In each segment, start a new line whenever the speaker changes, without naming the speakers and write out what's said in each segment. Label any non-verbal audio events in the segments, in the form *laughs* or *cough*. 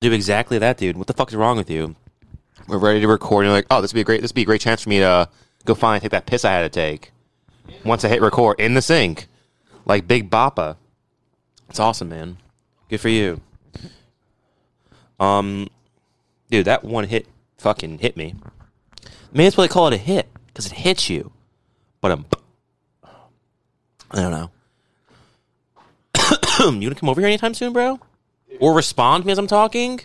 do exactly that, dude. What the fuck is wrong with you? We're ready to record. And you're like, oh, this would be a great. This would be a great chance for me to go finally take that piss I had to take. Once I hit record in the sink, like Big Bappa. It's awesome, man. Good for you. Um, dude, that one hit fucking hit me. Maybe that's why they call it a hit because it hits you. But um, I don't know. *coughs* you gonna come over here anytime soon, bro? Or respond to me as I'm talking?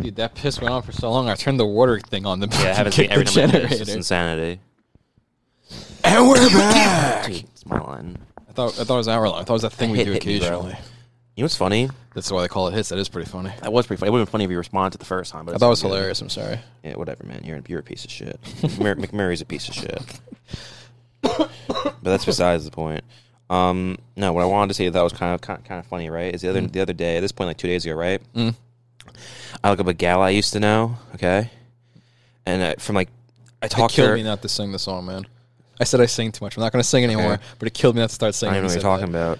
Dude, that piss went on for so long. I turned the water thing on the
Yeah, I haven't seen every time like this. It's
generator.
insanity. *laughs*
And we're back.
Dude, it's my line.
I thought I thought it was an hour long. I thought it was a thing we
Hit-
do
hit me, bro.
occasionally.
You know what's funny?
That's why they call it hits. That is pretty funny.
That was pretty funny. It would have been funny if you responded to the first time, but
I thought it was hilarious. I'm sorry.
Yeah, whatever, man. You're, you're a piece of shit. Mc- *laughs* McMurray's a piece of shit. but that's besides the point. Um, no, what I wanted to say that was kind of kind, kind of funny, right? Is the other the other day at this point, like two days ago, right?
Mm.
I look up a gal I used to know, okay, and uh, from like I
It
talked to
killed
her.
me not to sing the song, man. I said I sing too much. I'm not going to sing anymore. But it killed me not to start
I
singing.
don't even know what
when
you're
you said
talking
that.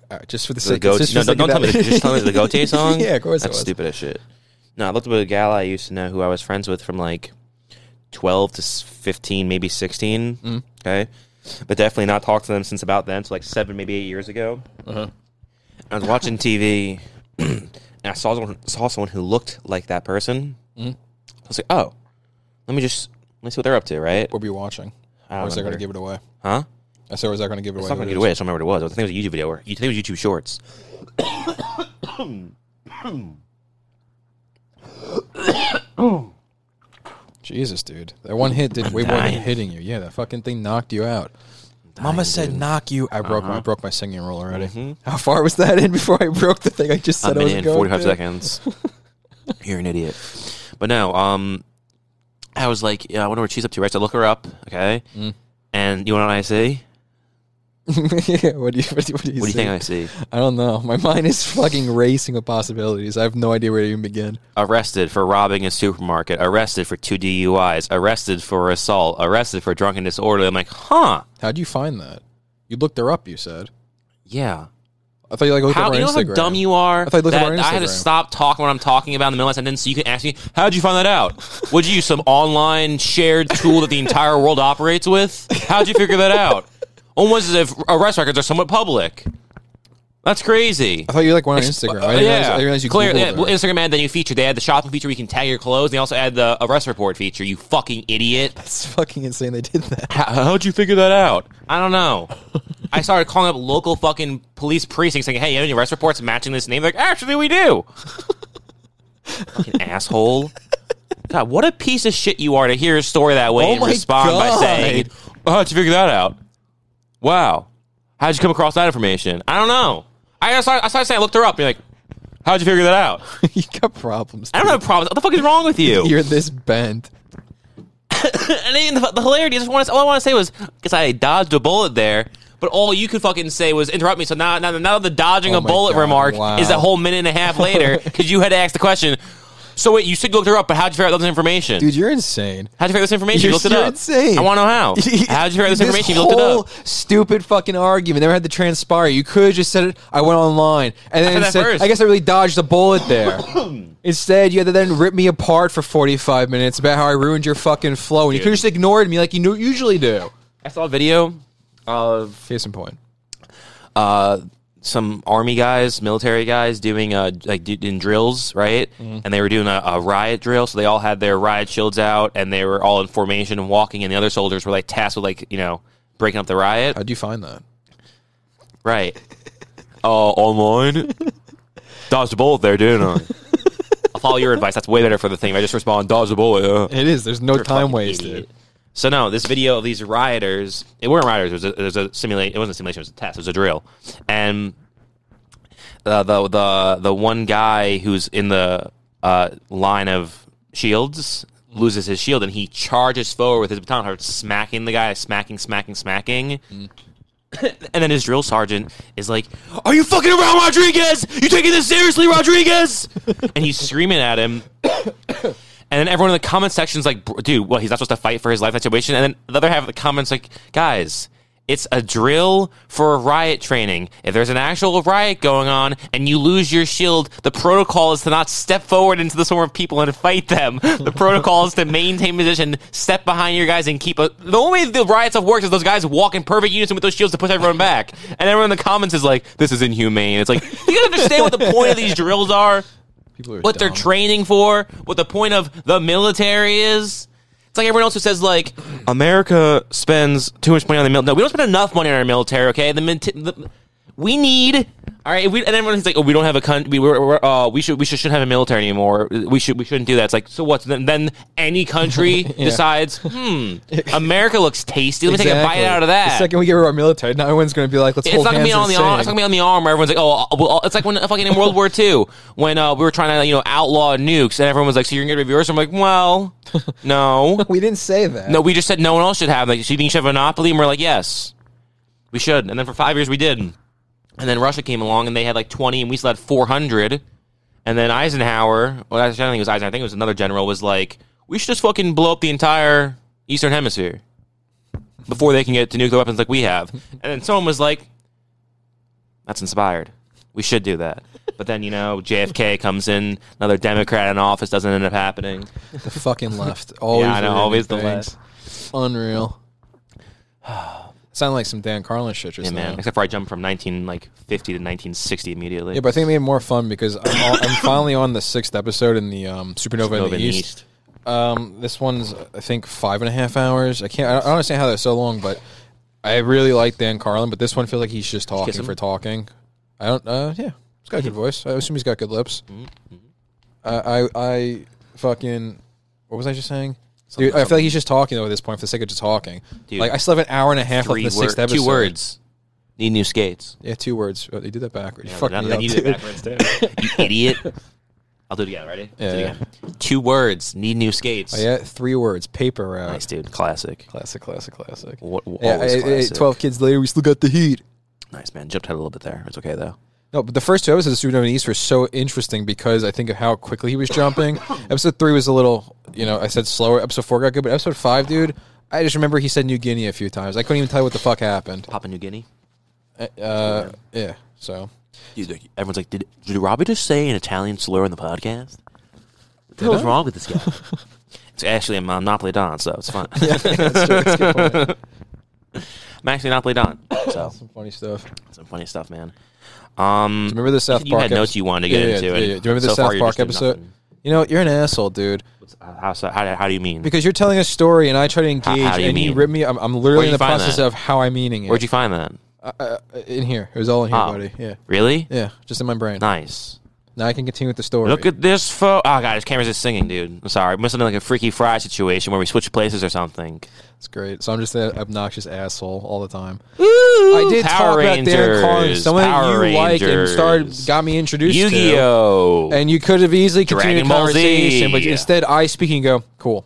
about.
All right, just for
The
the sake.
go-
just for
no,
the sake
don't, don't tell
of
me.
that.
The, just tell me the Goatee song.
*laughs* yeah, of course.
That's
it was.
stupid as shit. No, I looked up a gal I used to know who I was friends with from like twelve to s- fifteen, maybe sixteen.
Mm.
Okay, but definitely not talked to them since about then, so like seven, maybe eight years ago.
Uh-huh.
I was watching TV *clears throat* and I saw someone, saw someone who looked like that person.
Mm.
I was like, oh, let me just let me see what they're up to, right?
What were you watching?
I
Or
don't
was I going
remember.
to give it away?
huh?
I said, was I going to give it away?
It's not gonna
What
get
is
away. I just don't remember what it was. I think it was a YouTube video. Or I think it was YouTube Shorts.
Jesus, dude. That one hit did way more than
dying.
hitting you. Yeah, that fucking thing knocked you out. Mama said knock you. I broke
Uh-huh.
I broke my singing rule already.
Mm-hmm.
How far was that in before I broke the thing I just said
A
I was
minute
going
and forty five
to?
seconds.
*laughs*
You're an idiot. But no, um, I was like, yeah, I wonder what she's up to. Right, so I look her up. Okay,
Mm.
and you know what I see?
*laughs* yeah, what do you what do you, what do you,
What do you
say?
think I see?
I don't know. My mind is fucking racing with possibilities. I have no idea where to even begin.
arrested for robbing a supermarket, arrested for two DUIs, arrested for assault, arrested for drunken disorderly. I'm like, huh?
How'd you find that? You looked her up, you said.
Yeah.
I thought you like looked
How
up her
you know
Instagram.
how dumb you are?
I thought you looked up
that
our
I had to
Instagram.
stop talking what I'm talking about in the middle of a sentence so you can ask me, how'd you find that out?
*laughs*
Would you use some online shared tool that the entire world operates with? How'd you figure that out? Almost as if arrest records are somewhat public. That's crazy.
I thought you like went on Instagram. I didn't realize, I didn't realize you
Clear-
Googled
yeah,
her.
well, Instagram had the new feature. They had the shopping feature where you can tag your clothes. And they also add the arrest report feature. You fucking idiot.
It's fucking insane they did that. *laughs*
How, how'd you figure that out? I don't know. I started calling up local fucking police precincts saying, hey, you have any arrest reports matching this name? They're like, actually, we do. fucking asshole. God, what a piece of shit you are to hear a story that way
Oh
and
my
respond by
God.
saying, well, how'd you figure that out? Wow. How'd you come across that information? I don't know. I just started, I started saying, I looked her up. You're like, how'd you figure that out?
you got problems.
I don't have problems. What the fuck is wrong with you?
You're this bent.
and then the, the hilarity is all I want to say was because I dodged a bullet there. But all you could fucking say was interrupt me. So now, now, now the dodging
Oh
a
my
bullet
God,
remark
wow.
is a whole minute and a half
*laughs*
later because you had to ask the question. So wait, you said you looked her up, but how'd you figure out this information?
Dude, you're insane.
how'd you figure out this information? you
You're-
looked it
you're
up.
insane.
I want to know
*laughs*
how. *laughs* How'd you figure out this, information? You looked it
whole
up.
Stupid fucking argument. Never had to transpire. You could have just said it. I went online, and then
said that
instead-
first.
I guess I really dodged a bullet there. *coughs* Instead, you had to then rip me apart for forty five minutes about how I ruined your fucking flow, and you could have just ignored me like you knew- usually do.
I saw a video of
Case in point.
uh, some army guys, military guys doing uh, like d- in drills, right? And they were doing a, a riot drill, so they all had their riot shields out, and they were all in formation and walking. And the other soldiers were like tasked with like you know breaking up the riot,
How'd you find that?
*laughs* right? Oh, online. Dodged a bullet there, didn't I? *laughs* I'll follow your advice. That's way better for the thing. If I just respond, dodge a bullet. uh."
It is. There's no time
fucking
wasted.
idiot. So no, this video of these rioters. It weren't rioters. It was a, it was a simulation. It wasn't a simulation. It was a test. It was a drill. And the the the, the one guy who's in the uh, line of shields loses his shield, and he charges forward with his baton, starts smacking the guy, smacking, smacking, smacking. *coughs* And then his drill sergeant is like, "Are you fucking around, Rodriguez? You taking this seriously, Rodriguez?" and he's screaming at him. And then everyone in the comment section is like, "Bro- dude, well, he's not supposed to fight for his life, that situation. And then the other half of the comments like, guys, It's a drill for riot training. If there's an actual riot going on and you lose your shield, the protocol is to not step forward into the swarm of people and fight them. The protocol is to maintain position, step behind your guys, and keep a. The only way the riots have worked is those guys walk in perfect unison with those shields to push everyone back. And everyone in the comments is like, this is inhumane. It's like, you guys understand what the point of these drills are?
People are
what they're
dumb.
training for, what the point of the military is. It's like everyone else who says like America spends too much money on the military. No, we don't spend enough money on our military. Okay, the, mint- the we need all right. We, and everyone's like, oh, we don't have a country. We, we're, we're, uh, we should we should, shouldn't have a military anymore. We should we shouldn't do that. It's like so what's then, then any country decides. Hmm, America looks tasty. Let me take a bite out of that
The second we get rid of our military, now everyone's going to be like, let's
it's
hold
not gonna
hands
be on
and
the
sing.
arm, it's not gonna be on the arm. Where everyone's like, oh, uh, well, it's like when fucking in World War II when uh, we were trying to you know outlaw nukes, and everyone was like, so you're gonna get rid of yours? I'm like,
*laughs*
well, no,
we didn't say that.
no. We just said no one else should have. Like, so you think you should have a monopoly? And we're like, yes, we should. And then for five years we did, and then Russia came along and they had like 20, and we still had 400. And then Eisenhower, well, actually, I don't think it was Eisenhower. I think it was another general. Was like, we should just fucking blow up the entire Eastern Hemisphere before they can get to nuclear weapons like we have. And then someone was like, that's inspired. We should do that. But then, you know, JFK comes in, another Democrat in office doesn't end up happening.
The
*laughs*
fucking left. Always
Yeah, I know,
ruining
always the
things. Unreal. *sighs* Sound like some Dan Carlin shit just
Yeah, man.
now.
Except for I jumped from 19 like 50 to 1960 immediately.
Yeah, but I think it made it more fun because I'm, all,
*coughs*
I'm finally on the sixth episode in the um, Supernova, in
Nova
the
and
East. Um, this one's I think five and a half hours. I can't. I don't understand how they're so long, but I really like Dan Carlin. But this one feels like he's just talking
him? Mm-hmm.
for talking. I don't. Uh, yeah, he's got a good voice. I assume he's got good lips. I, I I fucking what was I just saying? Dude, I feel like he's just talking though at this point for the sake of just talking.
Dude.
like I still have an hour and a half left
Three
in the sixth
wor-
episode.
two words. Need new
*laughs*
skates.
Yeah, two words. Oh, they did that backwards. You
Yeah,
fucked
but
me
I- I
up,
needed
dude. *laughs*
it backwards too. you idiot. I'll do it again. Ready? Do it
Yeah.
again. Two words. Need new skates.
Oh, yeah, three words. Paper route.
Nice, dude. Classic.
Classic, classic, classic.
What, what,
Yeah,
always
eh, eh,
classic.
twelve kids later, we still got the heat.
Nice, man. Jumped ahead a little bit there. It's okay, though.
No, but the first two episodes of Supernova and East were so interesting because I think of how quickly he was *laughs* jumping. episode three was a little, you know, I said slower. Episode four got good, but episode five, dude, I just remember he said New Guinea a few times. I couldn't even tell you what the fuck happened.
Papua New Guinea.
Uh, yeah, *laughs* so
Dude, like, everyone's like, did, did Robbie just say an Italian slur on the
*laughs*
podcast? What the hell's wrong with this guy? it's actually a Monopoly Don, so it's
*laughs*
fun. *laughs*
that's true. That's a good *laughs* point.
I'm actually Monopoly Don, so
Some funny stuff.
some funny stuff, man. Um,
Remember the South Park?
you had
episode-
notes you wanted to get
Yeah, yeah,
into,
yeah,
and
yeah. Do you remember the
so far
South
you just
Park
did
episode?
nothing.
You know, you're an asshole, dude.
Uh, How, so, how, do- how do you mean?
Because you're telling a story and I try to engage,
how do you
and you
mean?
rip me. I'm, I'm literally
you
in the
find
process
that?
of how I'm meaning it.
Where'd you find that?
uh, uh, in here? It was all in here,
Oh.
buddy. Yeah,
Really?
yeah, just in my brain.
Nice.
Now I can continue with the story.
Look at this photo. Oh, God, this camera's just singing, dude. I'm sorry. Must have been like a Freaky Fry situation where we switch places or something.
It's great. So I'm just an obnoxious asshole all the time.
I
I did talk about Darren Carlin, someone that you like and started got me introduced
Yu Gi
to.
Oh!
And you could have easily continued
Dragon
the
Ball Z.
conversation, but instead I speak and go, cool.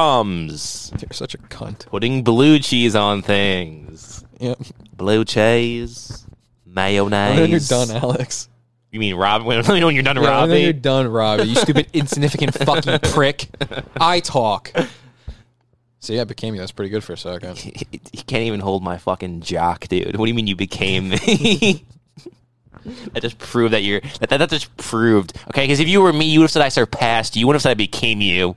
Drums.
You're such a cunt.
Putting blue cheese on things.
*laughs* Yep.
Blue cheese. Mayonnaise.
*laughs* When you're done, Alex.
You mean Rob? *laughs* When, when you're done,
Yeah, when
Robbie?
you're done, Robbie.
*laughs*
You stupid, insignificant fucking prick. I talk. See, I became you. That's pretty good for a second.
He, he can't even hold my fucking jock, dude. What do you mean you became me? *laughs* that just proved that you're. That, that, that just proved. Okay, because if you were me, you would have said I surpassed you. You would have said I became you.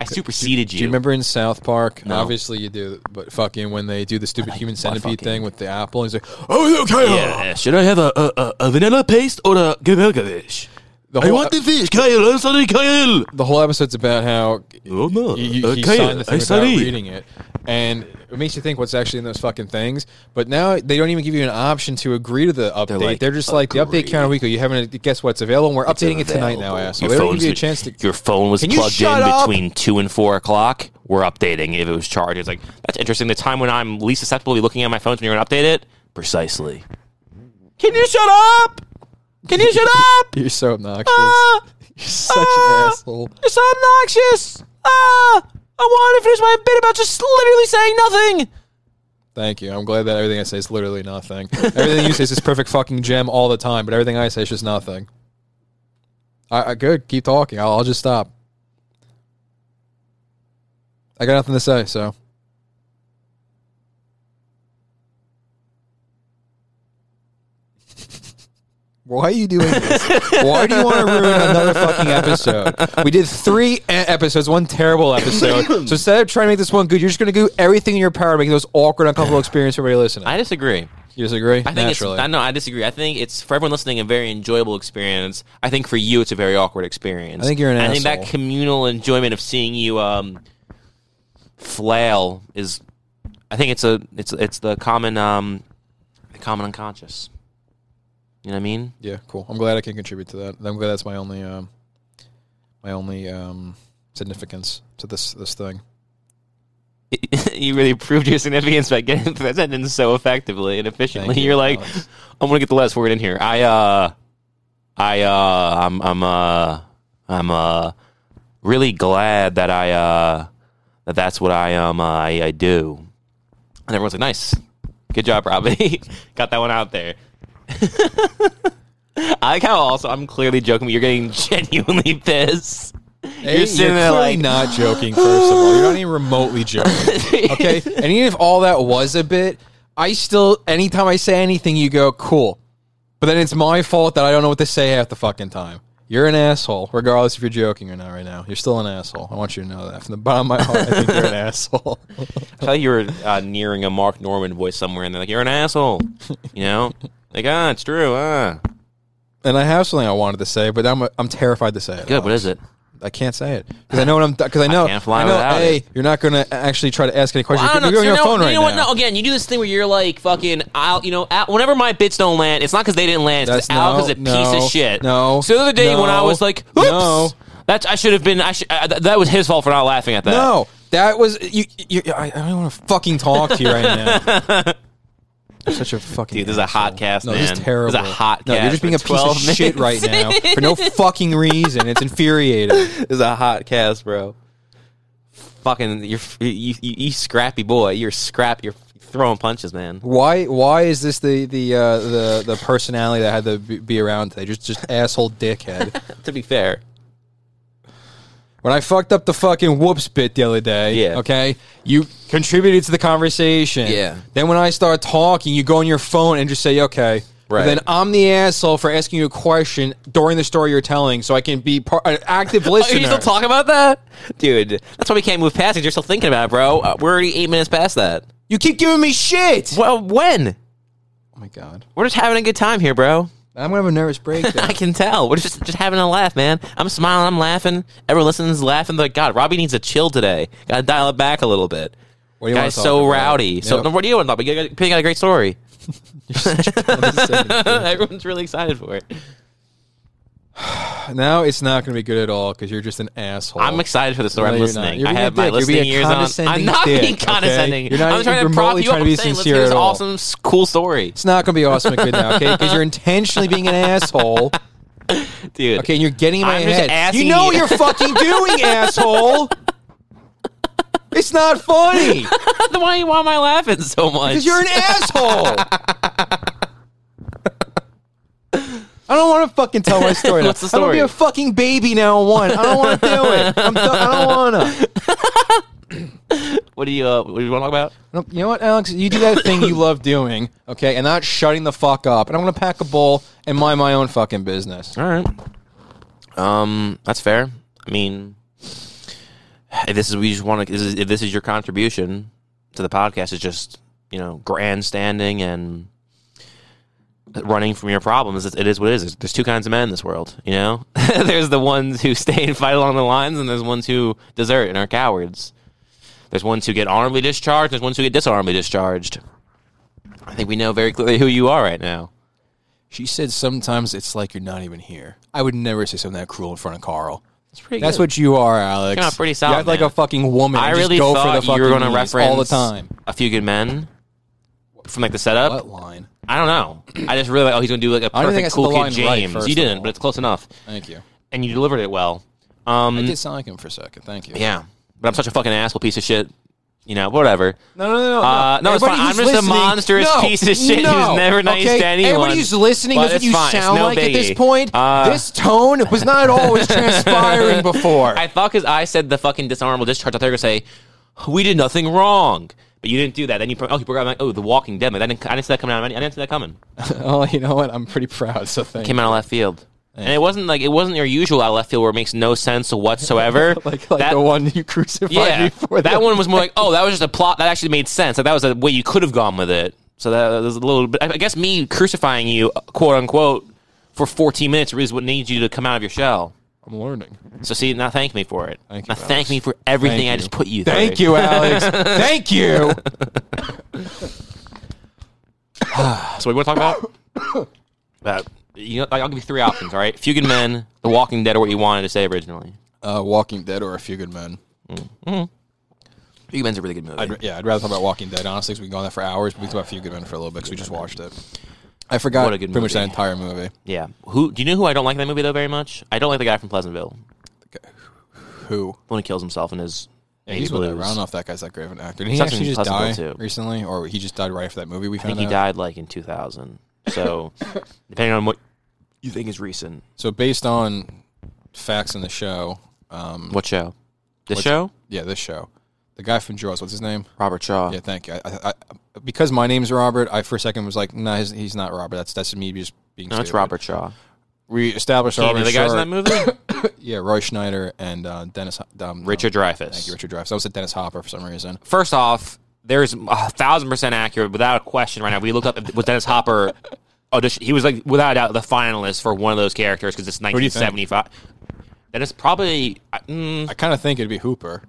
I superseded
Do you remember in South Park?
No.
Obviously, you do. But fucking when they do the stupid human centipede
fucking-
thing with the apple, he's like, "Oh, okay."
Yeah, should I have a, a, a, a vanilla paste or a gemelga fish?
The
I
whole-
want the fish, Kyle. I'm sorry, Kyle.
The whole episode's about how
Oh no,
you, you,
uh,
he
Kyle,
signed the thing
I
without
sorry.
reading it, and it makes you think what's actually in those fucking things. But now they don't even give you an option to agree to the update. They're,
like,
just like the update count a week. ago. You haven't guess what's available. And we're updating it tonight now,
Available.
asshole. They don't give
phone's
you a
been- *laughs*
chance to.
Your phone was
Can you
plugged
shut
in
up?
between two and four o'clock. We're updating if it was charged. It's like that's interesting. The time when I'm least susceptible to be looking at my phone when you're gonna update it precisely. Can you shut up? Can you shut up?
You're so obnoxious.
Ah!
You're such
Ah!
an asshole.
You're so obnoxious. Ah! I want to finish my bit about just literally saying nothing.
Thank you. I'm glad that everything I say is literally nothing. everything you say is this perfect fucking gem all the time, but everything I say is just nothing. I, I good. Keep talking. I'll, I'll just stop. I got nothing to say. So *laughs* Why are you doing this? Why do you want to ruin another fucking episode? We did three e- episodes, one terrible episode. so instead of trying to make this one good, you're just going to do everything in your power to make those awkward, uncomfortable experience for everybody listening.
I disagree.
you disagree?
I think
Naturally.
it's. I know. I disagree. I think it's for everyone listening a very enjoyable experience. I think for you it's a very awkward experience.
I think you're an
I think that
asshole.
communal enjoyment of seeing you um, flail is. I think it's a. It's it's the common um, the common unconscious. You know what I mean?
yeah, cool. I'm glad I can contribute to that. I'm glad that's my only, um, my only um, significance to this this thing.
*laughs* you really proved your significance by getting *laughs* that sentence so effectively and efficiently.
Thank you,
you, are like,
Alex.
I'm gonna get the last word in here. I uh, I uh, I'm I'm uh, I'm uh, really glad that I uh, that that's what I um I, I do. And everyone's like, nice, good job, Robbie, *laughs* got that one out there. *laughs* I like how also I'm clearly joking, but you're getting *laughs* genuinely pissed.
Hey,
you're sitting there
clearly
like,
not joking. First of all, you're not
*laughs*
even remotely joking. Okay, and even if all that was a bit, I still anytime I say anything, you go cool. But then it's my fault that I don't know what to say half the fucking time. You're an asshole, regardless if you're joking or not. Right now, you're still an asshole. I want you to know that from the bottom of my heart. I think you're an *laughs* asshole.
I feel like you were uh, nearing a Mark Norman voice somewhere, and they're like, "You're an asshole," you know? Like, ah, it's true. Ah,
and I have something I wanted to say, but I'm I'm terrified to say it.
good. What is it?
I can't say it because I know what I'm because I know
can't fly
I know,
without
hey,
it.
you're not going to actually try to ask any questions.
I don't know.
you're you're
you
on your
know,
phone
you
right
know what?
now.
No, again, you do this thing where you're like, "Fucking, I'll," you know. Al, whenever my bits don't land, it's not because they didn't land. It's because
That's
Al
no,
is a piece
no,
of shit.
no,
So the other day when I
no,
was like, "Oops,"
no.
that's I should have been. I should. Uh, th- that was his fault for not laughing at that.
No, that was you. you I, I don't want to fucking talk to you right now. You're Such a fucking
Dude, this is a hot
asshole.
cast,
No,
man.
this
This
is
is
terrible.
a hot
No, you're
cast
just being
for
a piece of
12
shit right
minutes.
now
*laughs*
for no fucking reason. It's infuriating.
this is a hot cast, bro. Fucking, you're you, you, you scrappy boy. You're scrap. You're throwing punches, man.
Why? Why is this the the uh, the the personality that had to be- be around today? Just just asshole dickhead.
To be fair,
When I fucked up the fucking whoops bit the other day,
Yeah.
okay, you contributed to the conversation.
Yeah.
Then when I start talking, you go on your phone and just say, okay. But
Right.
then I'm the asshole for asking you a question during the story you're telling, so I can be part, an active listener.
*laughs* Are you still talking about that? Dude, that's why we can't move past it. You're still thinking about it, bro. Uh, we're already eight minutes past that.
You keep giving me shit.
Well, when?
Oh my god,
We're just having a good time here, bro. *laughs*
I'm gonna have a nervous breakdown.
I can tell. We're just just having a laugh, man. I'm smiling, I'm laughing. Everyone listening is laughing. They're like, God, Robbie needs a chill today. Gotta dial it back a little bit.
What do you wanna
Guy's
talk
so
about?
rowdy. So, *laughs*
Yep. *laughs*
what do you want to talk about? You got- you got a great story.
Now
Everyone's really excited for it.
it's not gonna be good at all because you're just an asshole.
I'm excited for the story.
No,
I'm
you're not.
listening.
You're
I
being a
have my
dick. You're being
listening
a
ears on. I'm
condescending
not being
dick, okay?
condescending.
You're not
I'm trying to
even
prop
remotely
you up.
trying to
I'm
be
saying, let's
sincere
hear this
at all.
awesome, s- cool story.
It's not gonna be awesome and good now, okay? Because you're intentionally being an asshole.
Dude.
Okay, and you're getting in my
I'm just
head.
asking
You know what
you-
you're fucking doing, asshole. It's not funny
Then *laughs* why, why am I laughing so much? *laughs*
because you're an asshole. I don't want to fucking tell my story. Now.
What's the
I'm gonna be
story?
a fucking baby now. and One, I don't want to do it. I'm th- I don't want to.
What do you uh, what do you want to talk about?
Nope. You know what, Alex? You do that thing you love doing, okay, and not shutting the fuck up. And I'm gonna pack a bowl and mind my own fucking business.
All right. Um, that's fair. I mean, if this is we just want to. If this is your contribution to the podcast, is just you know grandstanding and running from your problems. It, it is what it is. There's two kinds of men in this world. You know, *laughs* there's the ones who *laughs* stay and fight along the lines, and there's ones who desert and are cowards. There's ones who get honorably discharged. There's ones who get dishonorably discharged. I think we know very clearly who you are right now.
She said sometimes it's like you're not even here. I would never say something that cruel in front of Carl.
That's pretty.
That's what you are, Alex.
You're not pretty solid,
You act like
man.
a fucking woman.
I
and
really
just go
thought
for the
you were
going to
reference
all the time.
A few good men from like the setup.
What line?
I don't know. I just really like, oh, he's going to do like a
I don't think I
perfect
said
cool
the
kid
line right,
James.
first
you
of
didn't,
all.
but it's close enough,
Thank you.
and you delivered it well. Um,
It did sound like him for a second. Thank you.
yeah, but I'm such a fucking asshole piece of shit. You know, whatever.
No, no, no, no.
Uh, no, it's
Everybody
fine. I'm
who's
just a
listening-
monstrous
no,
piece of shit
no,
who's never nice
okay?
to anyone.
Everybody who's listening,
But
that's what
it's
you
fine. It's
sound
no
like at this
biggie.
point.
Uh,
this tone was not
*laughs*
always transpiring before.
I thought because I said the fucking dishonorable discharge, I thought they were going to say, we did nothing wrong. But you didn't do that. Then you pro- oh, you forgot. Like, oh, The Walking Dead. Like, I didn't. I didn't see that coming out. I didn't I didn't see that coming.
oh, you know what? I'm pretty proud. So thank
Came out of left field. And it wasn't like it wasn't your usual out of left field where it makes no sense whatsoever.
*laughs* like like
That-
the one you crucified
yeah,
me for.
that one was more like, oh, that was just a plot that actually made sense. Like that was a way you could have gone with it. So that was a little bit. I guess me crucifying you, quote unquote, for 14 minutes is what needs you to come out of your shell.
I'm learning.
So see, now thank me for it.
Thank you,
now
Alex.
thank me for everything
Thank
I
you.
just put you.
Thank
through. *laughs*
you, Alex. thank you.
So what do you want to talk about? *coughs* about you know, like, I'll give you three options. All right, Fugue and Men, The Walking Dead, or what you wanted to say originally.
Uh, Walking Dead or A Few Good Men.
Fugue and Men's a really good movie.
I'd, yeah, I'd rather talk about Walking Dead honestly. 'cause we can go on that for hours, but we can talk about A Few Good Men for a little bit because we just watched it. I forgot
What a good
pretty much that
movie.
entire movie.
yeah. Who do you know who I don't like in that movie though very much? I don't like the guy from Pleasantville.
Who?
The one who kills himself in his.
Yeah,
80s
he's whatever.
blues.
I don't know if that guy's that great of an actor. Did he
He's actually
actually just die
Pleasantville, too.
recently, or he just died right after that movie? We
I
found
think he
out.
died like in 2000. So, depending on what you think is recent,
So based on facts in the show, um,
what show? This show?
yeah, this show, the guy from Jaws, what's his name?
Robert Shaw.
Yeah, thank you. I, I, I, because my name's Robert, I for a second was like, no, he's, he's not Robert. That's that's me just being.
no, it's
stupid.
Robert Shaw.
We established
Do you
Robert.
know the guys in that
Short-
movie?
*coughs* Yeah, Roy Schneider and uh, Dennis. Ho- Um,
Richard Dreyfuss.
Thank you, Richard Drives. I was at Dennis Hopper for some reason.
First off, there's a thousand percent accurate without a question right now. We looked up if- was Dennis Hopper audition. He was like without a doubt the finalist for one of those characters because it's
do you think?
1975. Dennis probably. I- Mm,
I kind of think it'd be Hooper.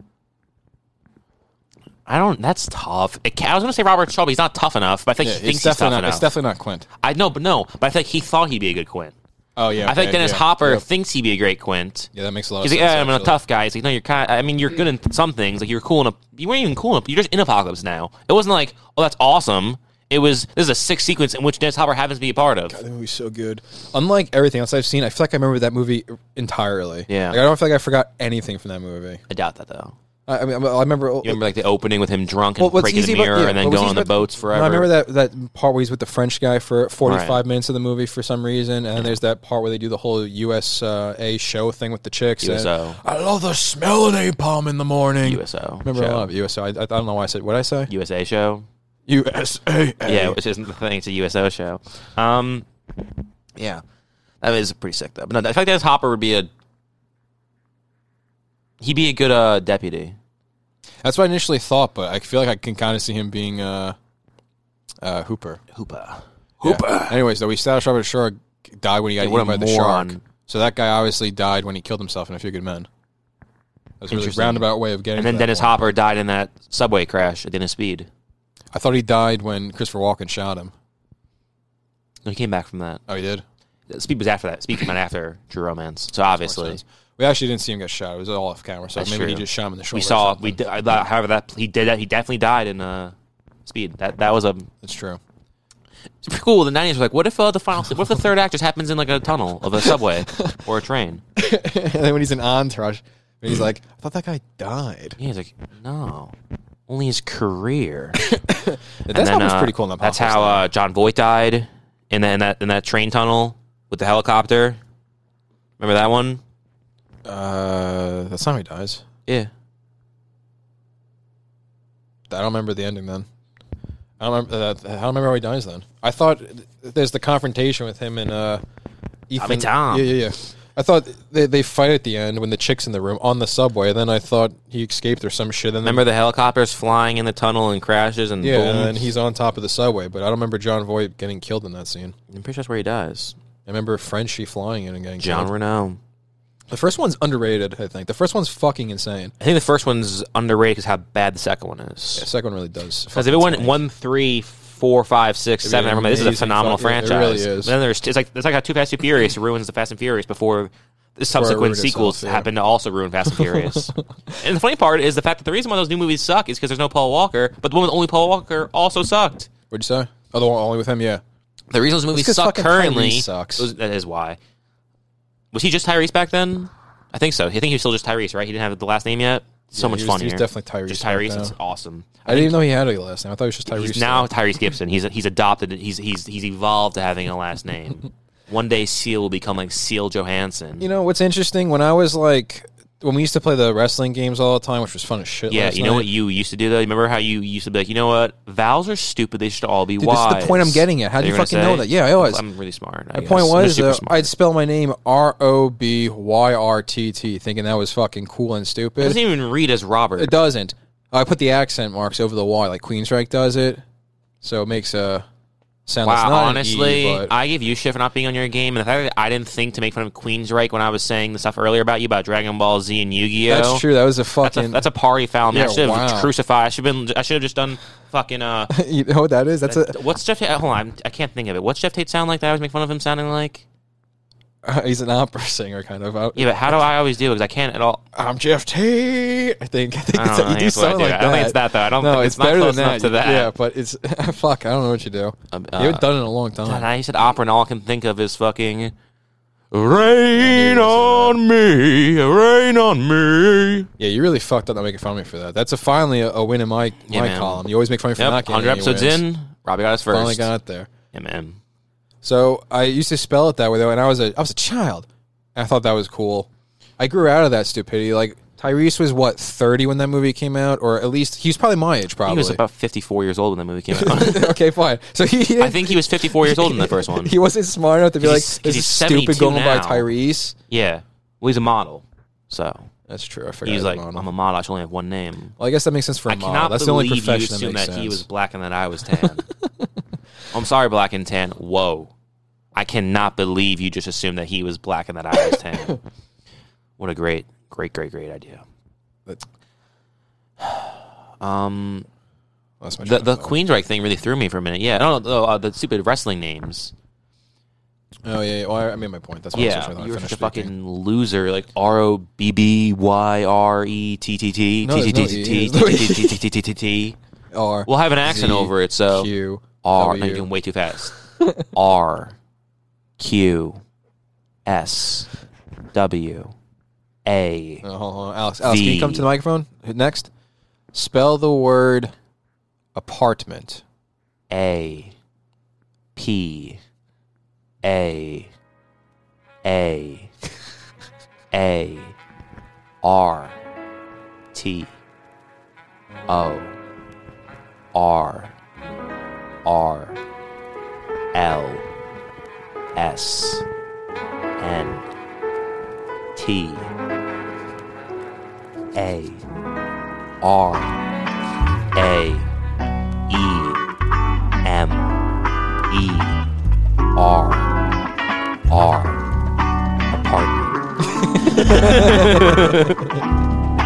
I don't. That's tough. It ca- I was gonna say Robert Shaw, but he's not tough enough. But I think
Yeah,
he
it's
thinks he's tough
definitely not. It's
enough.
definitely not Quint.
I know, but no. But I think he thought he'd be a good Quint.
Oh yeah,
I think
okay,
Dennis
yeah.
Hopper
Yep.
thinks he'd be a great Quint.
Yeah, that makes a lot.
He's
of
like,
sense.
yeah, I'm a
actually.
tough guy. He's like, no, you're kind. I mean, you're good in some things. Like you're cool in a. You weren't even cool in. A, you're just in Apocalypse now. It wasn't like, oh, that's awesome. It was. This is a six sequence in which Dennis Hopper happens to be a part of.
That movie's so good. Unlike everything else I've seen, I feel like I remember that movie entirely.
Yeah.
like, I don't feel like I forgot anything from that movie.
I doubt that though.
I, I mean, I remember.
You remember like the opening with him drunk and
Well, what's
breaking the
easy about-
mirror
yeah,
and then
what was
going on
easy
the
about-
boats forever.
No, I remember that that part where he's with the French guy for forty five
Right.
minutes of the movie for some reason, and then there's that part where they do the whole U.S. Uh, a show thing with the chicks. and,
USO.
I love the smell of napalm in the morning.
USO.
Remember, I
show.
love USO. I, I don't know why I said what I say.
USA show.
USA.
Yeah, which isn't the thing. It's a USO show. Um, yeah, that is pretty sick though. But no, I feel like Dennis Hopper would be a. He'd be a good uh, deputy.
that's what I initially thought, but I feel like I can kind of see him being uh, uh, Hooper.
Hoopa.
Yeah. Anyways, though, we established Robert Shaw died when he got
what
eaten by
a
the
moron.
shark. So that guy obviously died when he killed himself in A Few Good Men. That's a really
Interesting.
roundabout way of getting.
And
to
then
that
Dennis
point.
Hopper died in that subway crash at the end of Speed.
I thought he died when Christopher Walken shot him.
No, he came back from that.
Oh, he did.
Speed was after that. Speed came out after True Romance. So obviously,
We actually didn't see him get shot. It was all off camera, so
That's
maybe he
true.
just shot him in the shoulder.
we
or
saw.
something.
We did, I thought- however that he did that. He definitely died in uh, Speed. That that was a
That's true.
it's pretty cool. The nineties were like, what if uh, the final? What if the third act just happens in like a tunnel of a *laughs* subway or a train?
*laughs* and then when he's in Entourage, and he's like, "I thought that guy died."
Yeah, he's like, no, only his career.
That
And then,
was
uh,
pretty cool. In the
That's
apocalypse
how
thing.
uh, John Voight died in, that in that in that train tunnel with the helicopter. Remember that one?
Uh, that's not how he dies.
Yeah.
I don't remember the ending then. I don't remember. Uh, I don't remember how he dies then. I thought th- there's the confrontation with him and uh, Ethan.
Tom.
Yeah, yeah, yeah. I thought they, they fight at the end when the chick's in the room on the subway. Then I thought he escaped or some shit. And then
Remember the helicopters flying in the tunnel and crashes and
yeah,
boom.
and then he's on top of the subway. But I don't remember John Voight getting killed in that scene.
I'm pretty sure that's where he dies.
I remember Frenchie flying in and getting
John
killed.
Renault.
The first one's underrated. I think the first one's fucking insane.
I think the first one's underrated because how bad the second one
The
is.
second one really does.
Because if it went one, three, four, five, six, seven,
an
I remember this is a
amazing
phenomenal
fuck- it- it
franchise.
really is.
But then there's it's like it's like how Too Fast Too
*laughs*
Furious ruins the Fast and Furious before the subsequent
ruined
sequels
itself, yeah.
happen to also ruin Fast and
*laughs*
Furious. and the funny part is the fact that the reason why those new movies suck is because there's no Paul Walker, but the one with only Paul Walker also sucked.
What'd you say? Oh, the one only with him. Yeah.
The reason those movies
'cause
suck
fucking
currently
Tyrese sucks.
was- that is why. Was he just Tyrese back then? I think so. I think he was still just Tyrese, right? He didn't have the last name yet. So
Yeah,
much
he was-
fun.
he was definitely Tyrese
Just
back
Tyrese.
then.
It's awesome.
I didn't even know he had a last name. I thought it was just Tyrese.
He's now Tyrese Gibson. He's he's adopted. He's he's he's evolved to having a last
*laughs*
name. One day, Seal will become like Seal Johansson.
You know what's interesting? When I was like when we used to play the wrestling games all the time, which was fun as shit.
Yeah,
last
you know
night.
what you used to do though. Remember how you used to be like, you know what, vowels are stupid. They should all be
this is
wise.
the point I'm getting at. How do
They
you
were gonna
fucking know that? Yeah, I was.
I'm really smart. I
My
guess.
point
They're
was,
super
though,
smart.
I'd spell my name R O B Y R T T, thinking that was fucking cool and
It doesn't
stupid.
even read as Robert.
It doesn't. I put the accent marks over the Y, like Queensryche does it, so it makes a sound. that's
Wow,
not an E,
honestly,
but-
I give you shit for not being on your game, and the fact that I didn't think to make fun of Queensryche when I was saying the stuff earlier about you about Dragon Ball Z and Yu Gi Oh.
that's true. That was a
That's a,
fucking.
that's a party foul. Man.
Yeah,
I should have
wow.
crucified. I should have been. I should have just done fucking.
*laughs*
Uh,
*laughs* you know what that is? That's a.
what's Jeff? Tate? Hold on, I'm- I can't think of it. What's Jeff Tate sound like? That I always make fun of him sounding like.
*laughs* he's an opera singer, kind of. I,
Yeah, but how do I always do? Because I can't at all.
I'm Jeff Tate. I think. *laughs* I think
I don't
it's,
know, I
you
think
do
that's what I
something
do.
like
I
that.
don't think it's that, though. I don't
No,
think-
it's,
it's not
better
close
than that.
enough to that.
Yeah, but it's *laughs* fuck. I don't know what you do.
Um,
you
uh,
haven't done it in a long
God,
time.
I said opera, and all I can think of is fucking. Rain on me, rain on me.
Yeah, you really fucked up not making fun of me for that. That's a finally a, a win in my
Yeah,
my
man.
column. You always make fun of me
Yep,
for not getting
100
any
episodes
wins.
in. Robbie got us first.
Finally got there.
Yeah, man.
So I used to spell it that way though, and I was a I was a child. I thought that was cool. I grew out of that stupidity. Like Tyrese was what thirty when that movie came out, or at least he was probably my age. Probably
He was about 54 years old when that movie came out. *laughs*
*laughs* okay, fine. So he, he
I think he was 54 years old in the first one.
*laughs* he wasn't smart enough to be like
He's-
this
'cause
is
he's
stupid
72
going by
now.
Tyrese.
Yeah. Well, he's a model. So
That's true. I forgot.
he's
his
like,
model.
I'm a model. I should only have one name.
well, I guess that makes sense for a
I
model.
cannot
That's the only
believe you
profession
assume
makes
that,
sense.
he was black and that I was tan.
*laughs*
I'm sorry, black and tan. Whoa. I cannot believe you just assumed that he was black and that I was
*laughs*
tan. what a great, great, great, great idea.
That-
Um,
That's my
the
train
the
of thought.
Queensryche thing really threw me for a minute. Yeah, no, no, uh, the stupid wrestling names.
Oh yeah, yeah. Well, I, I made my point. Oh, That's what I was
Yeah,
trying to
you're such
finish
a
speaking.
fucking loser. Like R O B B Y R E T T T
No,
T T
there's no
T
E,
T T
there's no E.
T T T T T T T.
R.
We'll have an accent
Z,
over it. So
Q
R. No,
W. Uh,
you're going way too fast. R Q S W A.
Uh, hold on, hold on. Alex, Alex, can you come
V.
to the microphone next? Spell the word apartment.
A P A A A R T O R R L S N T A R A E M E R R apartment.